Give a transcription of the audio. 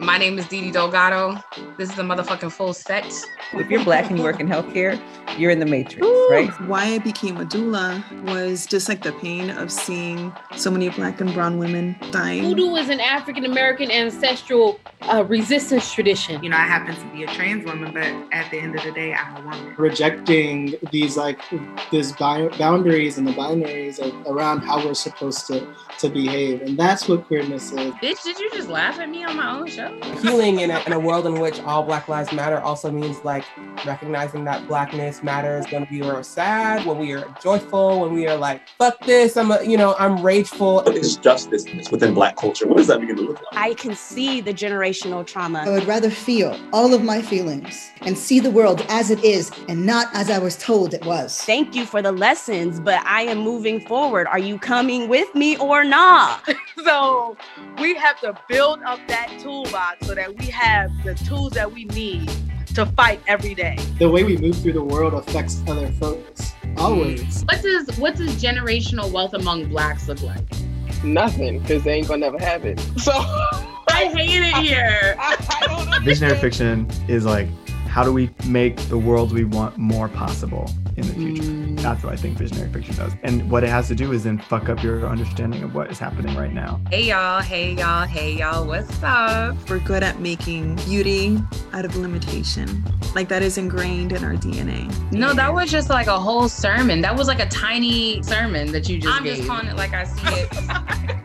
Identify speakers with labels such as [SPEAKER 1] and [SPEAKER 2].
[SPEAKER 1] My name is Dee Dee Delgado. This is the motherfucking full set.
[SPEAKER 2] If you're black and you work in healthcare, you're in the matrix,
[SPEAKER 3] Ooh.
[SPEAKER 2] right?
[SPEAKER 3] Why I became a doula was just like the pain of seeing so many black and brown women dying.
[SPEAKER 4] Hoodoo is an African American ancestral uh, resistance tradition.
[SPEAKER 5] You know, I happen to be a trans woman, but at the end of the day, I'm a woman.
[SPEAKER 6] rejecting these like these bi- boundaries and the binaries of, around how we're supposed to to behave and that's what queerness is
[SPEAKER 1] Bitch, did you just laugh at me on my own show?
[SPEAKER 7] healing in a, in a world in which all Black Lives Matter also means like recognizing that Blackness matters when we are sad, when we are joyful, when we are like, fuck this, I'm, a, you know, I'm rageful.
[SPEAKER 8] What is justice within Black culture? What does that begin to look like?
[SPEAKER 9] I can see the generational
[SPEAKER 10] I
[SPEAKER 9] trauma.
[SPEAKER 10] would rather feel all of my feelings and see the world as it is and not as I was told it was.
[SPEAKER 9] Thank you for the lessons, but I am moving forward. Are you coming with me or not?
[SPEAKER 11] So we have to build up that toolbox so that we have the tools that we need to fight every day.
[SPEAKER 6] the way we move through the world affects other folks always
[SPEAKER 1] What does what does generational wealth among blacks look like?
[SPEAKER 12] Nothing, because they ain't gonna never have it. So
[SPEAKER 1] I hate it here.
[SPEAKER 12] I, I don't know.
[SPEAKER 13] Visionary fiction is like, how do we make the world we want more possible in the future?
[SPEAKER 1] Mm.
[SPEAKER 13] That's what I think visionary fiction does. And what it has to do is then fuck up your understanding of what is happening right now.
[SPEAKER 1] Hey y'all, hey y'all, hey y'all, what's up?
[SPEAKER 3] We're good at making beauty out of limitation. Like that is ingrained in our DNA.
[SPEAKER 1] No, that was just like a whole sermon. That was like a tiny sermon that you just
[SPEAKER 4] I'm just
[SPEAKER 1] calling it like I see it.